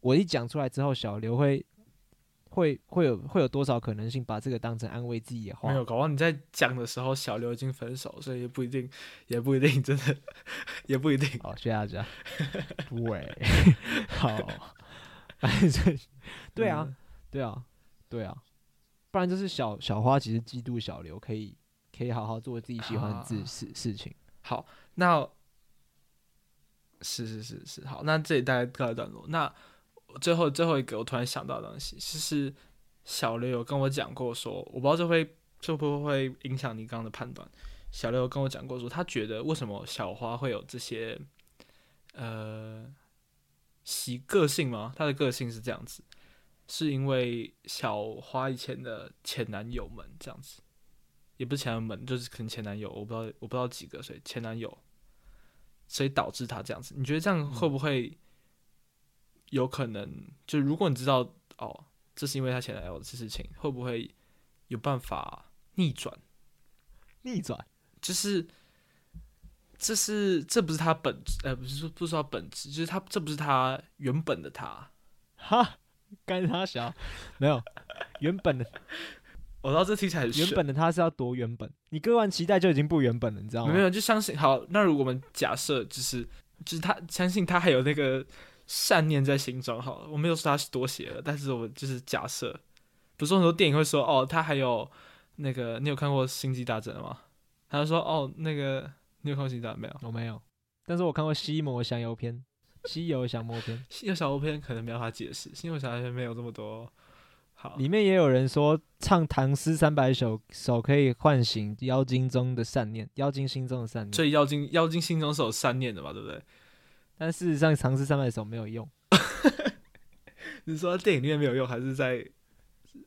S1: 我一讲出来之后，小刘会会会有会有多少可能性把这个当成安慰自己的话
S2: 没？有，搞不好你在讲的时候，小刘已经分手，所以也不一定，也不一定，真的 <laughs> 也不一定。
S1: 好，谢谢大家。对，好， <laughs> 反正对啊
S2: 嗯
S1: 啊，对啊，对啊，不然就是小小花其实嫉妒小刘可以可以好好做自己喜欢的事事事情。
S2: 好，那是是是是好，那这里大概告一段落。那最后最后一个，我突然想到的东西，就是小刘有跟我讲过说，我不知道这会这会不会影响你刚刚的判断。小刘有跟我讲过说，他觉得为什么小花会有这些呃习个性吗？她的个性是这样子，是因为小花以前的前男友们这样子。也不是前男友们，就是可能前男友，我不知道我不知道几个，所以前男友，所以导致他这样子。你觉得这样会不会有可能？就如果你知道哦，这是因为他前男友的事情，会不会有办法逆转？
S1: 逆转，
S2: 就是这是这不是他本质，呃，不是说不是说他本质，就是他这不是他原本的他。
S1: 哈，干他小，没有，原本的
S2: 我知哦道这听起来很
S1: 原
S2: 玄
S1: 本的他是要多原本，你割完脐带就已经不原本了，你知道吗？
S2: 没有，就相信好。那如果我们假设就是就是他相信他还有那个善念在心中，好了，我没有说他是多邪恶，但是我就是假设，不是说很多电影会说哦，他还有那个，你有看过《星际大战》吗？他就说哦，那个你有看过《星际大战》没有？
S1: 我没有，但是我看过《西摩降油篇》《西游降魔
S2: <laughs>
S1: 篇
S2: 新游小欧片可能没有法解释，新游小欧片没有这么多好》，。
S1: 里面也有人说唱唐诗三百首，首可以唤醒妖精中的善念，妖精心中的善
S2: 所
S1: 念。
S2: 以妖精妖精心中是有善念的嘛，对不对？
S1: 但事实上，唐诗三百首没有用，
S2: 你说在电影里面没有用，还是在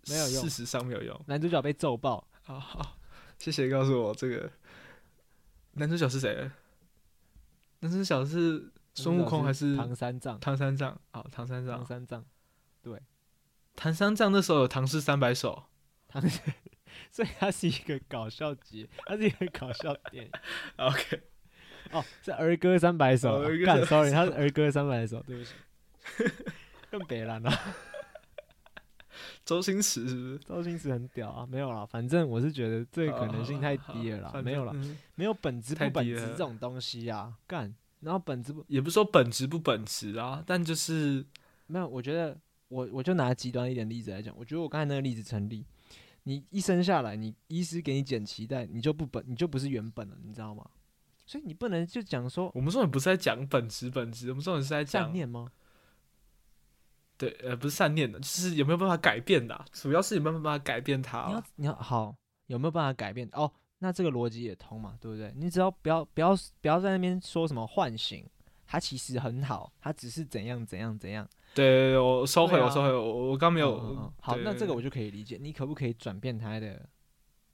S1: 没有用
S2: 事实上没有用。
S1: 男主角被揍爆，
S2: 好好，谢谢告诉我这个男主角是谁。男主角是孙悟空还是啊
S1: 唐三藏？
S2: 唐三藏？好，唐三
S1: 唐
S2: 藏。
S1: 三藏，
S2: 唐三藏那时候有《唐诗三百首》，
S1: 唐，所以它是一个搞笑集，它是一个搞笑电影。
S2: <laughs> OK，
S1: 哦，是儿歌三百首
S2: 哦
S1: 啊
S2: 儿歌，
S1: 干
S2: 300首
S1: ，sorry，它是儿歌三百首，对不起，更北蓝了。啊
S2: 周星驰是不是？
S1: 周星驰很屌啊，没有啦，反正我是觉得这个可能性太低了
S2: 哦好好
S1: 啦，没有啦，
S2: 反正嗯
S1: 没有本质
S2: 太
S1: 不
S2: 低
S1: 本质
S2: 了
S1: 这种东西啊，干，然后本质不
S2: 也不是说本质不本质啊，但就是
S1: 没有，我觉得我我就拿极端一点例子来讲，我觉得我刚才那个例子成立，你一生下来，你医师给你剪脐带，你就不本，你就不是原本了，你知道吗？所以你不能就讲说
S2: 我们重点不是在讲本质本质，我们重点是在
S1: 善
S2: 讲
S1: 念吗？
S2: 对呃不是善念的，就是有没有办法改变的啊、主要是有没有办法改变它
S1: 你要
S2: 啊。
S1: 你要好，有没有办法改变？哦，那这个逻辑也通嘛，对不对？你只要不要不要不要在那边说什么唤醒，它其实很好，它只是怎样怎样怎样。
S2: 对对对，我收回，
S1: 对啊
S2: 我收回，我我刚没有。
S1: 嗯嗯嗯好，
S2: 对
S1: 那这
S2: 对
S1: 个
S2: 对
S1: 我就可以理解。你可不可以转变他的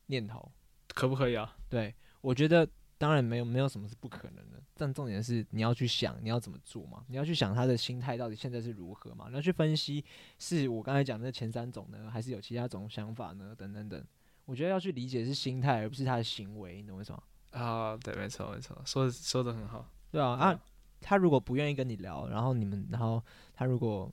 S1: 念头？
S2: 可不可以啊？
S1: 对我觉得，当然没有没有什么是不可能的，但重点是你要去想你要怎么做嘛，你要去想他的心态到底现在是如何嘛，你要去分析是我刚才讲的前三种呢，还是有其他种想法呢？等等等，我觉得要去理解是心态，而不是他的行为，你懂我意思吗？
S2: 啊，对，没错，没错，说的说的很好。
S1: 对啊，啊
S2: 嗯，
S1: 他如果不愿意跟你聊，然后你们，然后他如果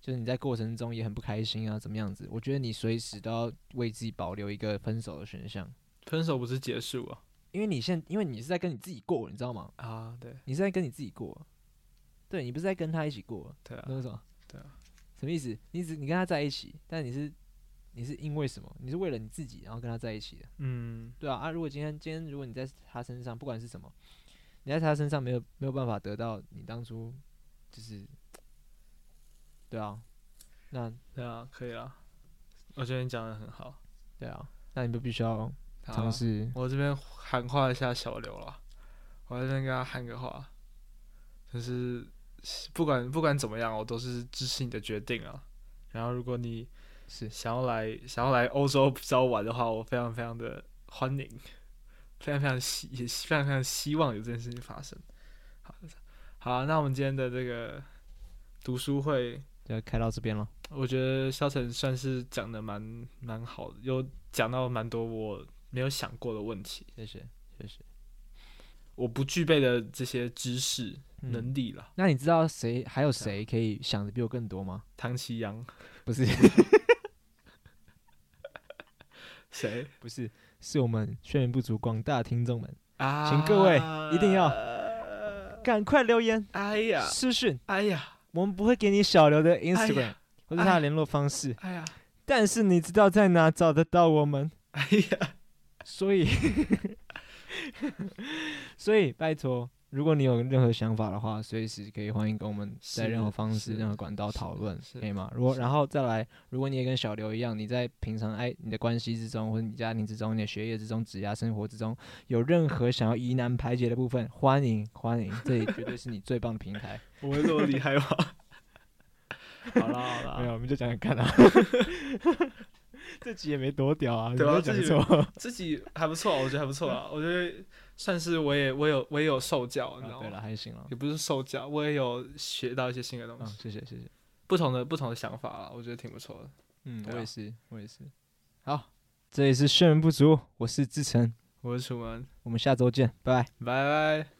S1: 就是你在过程中也很不开心啊，怎么样子？我觉得你随时都要为自己保留一个分手的选项，
S2: 分手不是结束啊？
S1: 因为你现，因为你是在跟你自己过，你知道吗？
S2: 啊，对，
S1: 你是在跟你自己过，对你不是在跟他一起过，
S2: 对啊
S1: 你，懂什么？
S2: 对啊，
S1: 什么意思？你只你跟他在一起，但你是你是因为什么？你是为了你自己，然后跟他在一起的。
S2: 嗯，
S1: 对啊，啊，如果今天今天如果你在他身上，不管是什么，你在他身上没有没有办法得到你当初就是，对啊，那
S2: 对啊，可以啊。我觉得你讲的很好。
S1: 对啊，那你就必须要
S2: 好
S1: 尝试。
S2: 我这边喊话一下小刘了，我在这边跟他喊个话，就是不管不管怎么样，我都是支持你的决定啊。然后，如果你
S1: 是
S2: 想要来想要来欧洲找我玩的话，我非常非常的欢迎， <laughs> 非常非常希也非常非常希望有这件事情发生。好，好，那我们今天的这个读书会，
S1: 就开到这边了。
S2: 我觉得肖晨算是讲的蛮蛮好的，有讲到蛮多我没有想过的问题，
S1: 谢谢谢谢。
S2: 我不具备的这些知识
S1: 嗯，
S2: 能力了。
S1: 那你知道谁还
S2: 啊
S1: 有谁可以想的比我更多吗？
S2: 唐奇
S1: <laughs>
S2: 阳
S1: 不是
S2: 谁
S1: 不是，是我们睡眠不足广大听众们，
S2: 啊？
S1: 请各位一定要 <laughs> 赶快留言
S2: 哎呀，
S1: 私讯，
S2: 哎呀，
S1: 我们不会给你小刘的
S2: 哎
S1: Instagram
S2: 呀，
S1: 或者他的联络方式。
S2: 哎呀，
S1: <laughs> 但是你知道在哪找得到我们？
S2: 哎呀，
S1: 所以 <laughs> 所以拜托，如果你有任何想法的话，随时可以欢迎跟我们在
S2: 是
S1: 任何方式、
S2: 是
S1: 任何管道
S2: 是
S1: 讨论，
S2: 是
S1: 可以吗？如果
S2: 是
S1: 然后再来，如果你也跟小刘一样，你在平常哎你的关系之中，或者你家庭之中、你的学业之中、职涯生活之中，有任何想要疑难排解的部分，欢迎欢迎，这里绝对是你最棒的平台。
S2: 我们这么厉害吗？ <laughs> 好啦好啦，
S1: 没有，我们就讲讲
S2: <laughs>
S1: 看啊。这集也没多屌啊，
S2: 对啊
S1: 你在
S2: 这
S1: 讲
S2: 集
S1: 什么？
S2: 自己还不错，我觉得还不错啊，
S1: <laughs>
S2: 我觉得算是我也我有我也有受教，你知
S1: 啊
S2: 道
S1: 对
S2: 吗？
S1: 了，还行了。
S2: 也不是受教，我也有学到一些新的东
S1: 嗯，
S2: 西，
S1: 谢谢谢谢。
S2: 不同的不同的想法啊，我觉得挺不错的。
S1: 嗯，
S2: 对
S1: 我
S2: 啊
S1: 也是，我也是。好，这里是睡眠不足，我是志成，
S2: 我是楚文，
S1: 我们下周见，拜拜。
S2: 拜拜。